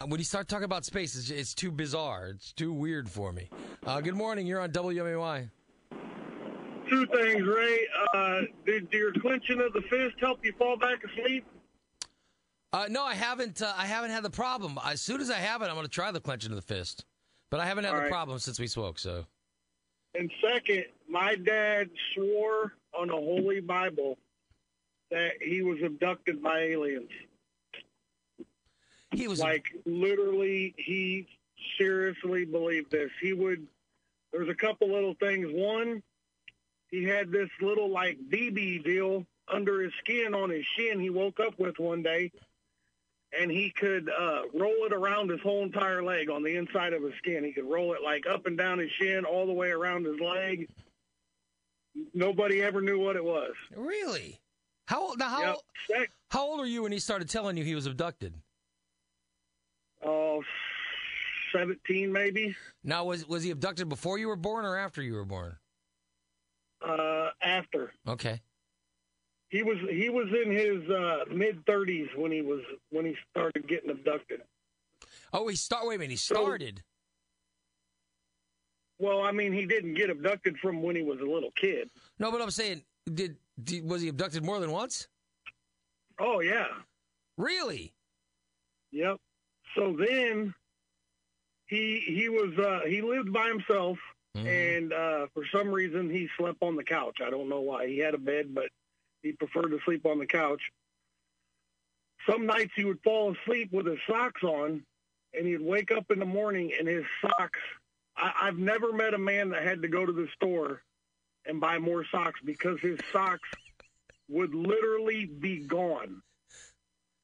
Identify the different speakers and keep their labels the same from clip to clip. Speaker 1: Uh, when you start talking about space, it's, it's too bizarre. It's too weird for me. Uh, good morning. You're on WMAY.
Speaker 2: Two things, Ray. Uh, did your clenching of the fist help you fall back asleep?
Speaker 1: Uh, no, I haven't. Uh, I haven't had the problem. As soon as I have it, I'm going to try the clenching of the fist. But I haven't had
Speaker 2: All
Speaker 1: the
Speaker 2: right.
Speaker 1: problem since we spoke. So
Speaker 2: And second, my dad swore on the Holy Bible that he was abducted by aliens.
Speaker 1: he was
Speaker 2: like literally he seriously believed this he would there was a couple little things one he had this little like bb deal under his skin on his shin he woke up with one day and he could uh, roll it around his whole entire leg on the inside of his skin he could roll it like up and down his shin all the way around his leg nobody ever knew what it was
Speaker 1: really how old? Now how
Speaker 2: Yep. Sec-
Speaker 1: how old were you when he started telling you he was abducted?
Speaker 2: oh, 17 maybe
Speaker 1: Now was was he abducted before you were born or after you were born?
Speaker 2: uh, after
Speaker 1: Okay.
Speaker 2: He was he was in his uh, mid thirties when he was when he started getting abducted.
Speaker 1: Oh, he start. Wait a minute. He
Speaker 2: So-
Speaker 1: started.
Speaker 2: Well, I mean, he didn't get abducted from when he was a little kid.
Speaker 1: No, but I'm saying, did, did was he abducted more than once?
Speaker 2: Oh yeah,
Speaker 1: Really?
Speaker 2: yep. So then he he was uh, he lived by himself, and uh, for some reason he slept on the couch. I don't know why. He had a bed, but he preferred to sleep on the couch. Some nights he would fall asleep with his socks on, and he'd wake up in the morning and his socks. I, I've never met a man that had to go to the store and buy more socks because his socks would literally be gone.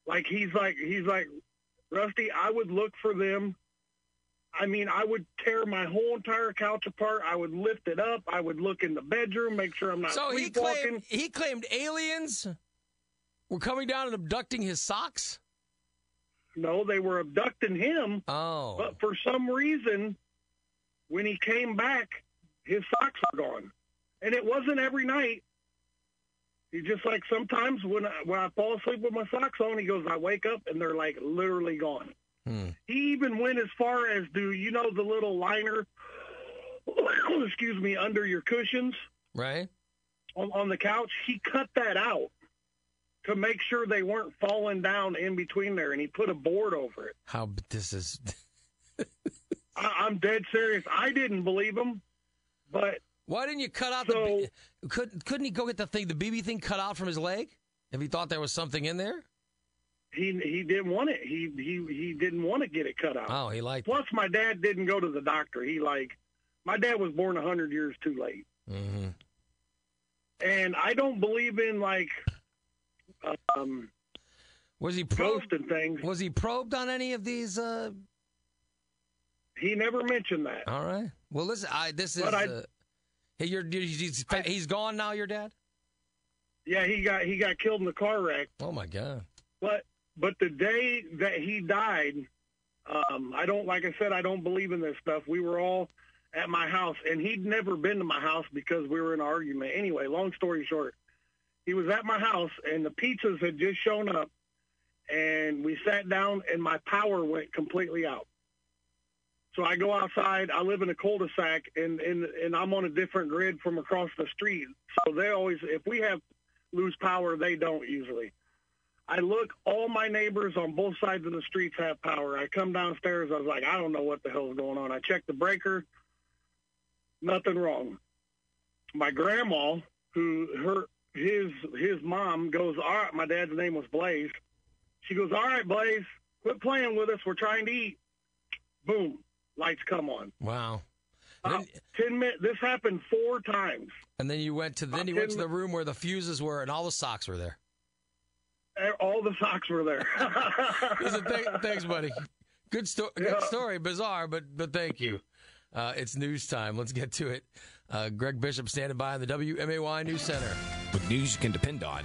Speaker 2: Like he's like he's like Rusty. I would look for them. I mean, I would tear my whole entire couch apart. I would lift it up. I would look in the bedroom, make sure I'm not
Speaker 1: So he
Speaker 2: sleepwalking.
Speaker 1: claimed he claimed aliens were coming down and abducting his socks.
Speaker 2: No, they were abducting him,
Speaker 1: Oh,
Speaker 2: but for some reason, when he came back, his socks were gone, and it wasn't every night. He's just like sometimes when I, when I fall asleep with my socks on, he goes, I wake up and they're like literally gone.
Speaker 1: Hmm.
Speaker 2: He even went as far as do you know the little liner? excuse me, under your cushions
Speaker 1: right.
Speaker 2: on, on the couch, he cut that out to make sure they weren't falling down in between there, and he put a board over it.
Speaker 1: How but this is?
Speaker 2: I, I'm dead serious. I didn't believe him, but
Speaker 1: Why didn't you cut out the? B- Couldn't couldn't he go get the thing the BB thing cut out from his leg? If he thought there was something in there.
Speaker 2: he he didn't want it. He he he didn't want to get it cut out.
Speaker 1: Oh, he liked.
Speaker 2: Plus, my dad didn't go to the doctor. He like my dad was born a hundred years too late,
Speaker 1: hmm
Speaker 2: and I don't believe in like um,
Speaker 1: Was he probed?
Speaker 2: ghosts and things.
Speaker 1: Was he probed on any of these? Uh,
Speaker 2: He never mentioned that.
Speaker 1: all right. Well, listen. I this is.
Speaker 2: But I-
Speaker 1: uh, hey, you're, he's,
Speaker 2: I-
Speaker 1: he's gone now. Your dad.
Speaker 2: Yeah, he got he got killed in the car wreck.
Speaker 1: Oh my god.
Speaker 2: But but the day that he died, um, I don't like I said I don't believe in this stuff. We were all at my house, and he'd never been to my house because we were in an argument. Anyway, long story short, he was at my house, and the pizzas had just shown up, and we sat down, and my power went completely out. So I go outside. I live in a cul-de-sac, and and and I'm on a different grid from across the street. So they always, if we have lose power, they don't usually. I look, all my neighbors on both sides of the streets have power. I come downstairs, I was like, I don't know what the hell's going on. I check the breaker, nothing wrong. My grandma, who her his his mom goes, All right, my dad's name was Blaze. She goes, All right, Blaze, quit playing with us. We're trying to eat. Boom. Lights come on.
Speaker 1: Wow.
Speaker 2: About
Speaker 1: Then-
Speaker 2: ten minutes this happened four times.
Speaker 1: And then you went to then you went to the room where the fuses were and all the socks were there.
Speaker 2: E, All the socks were there.
Speaker 1: Listen, th- thanks, buddy. Good story. Good
Speaker 2: Yeah.
Speaker 1: story. Bizarre, but but thank you. Uh, it's news time. Let's get to it. Uh, Greg Bishop standing by on the WMAY News Center.
Speaker 3: With news you can depend on.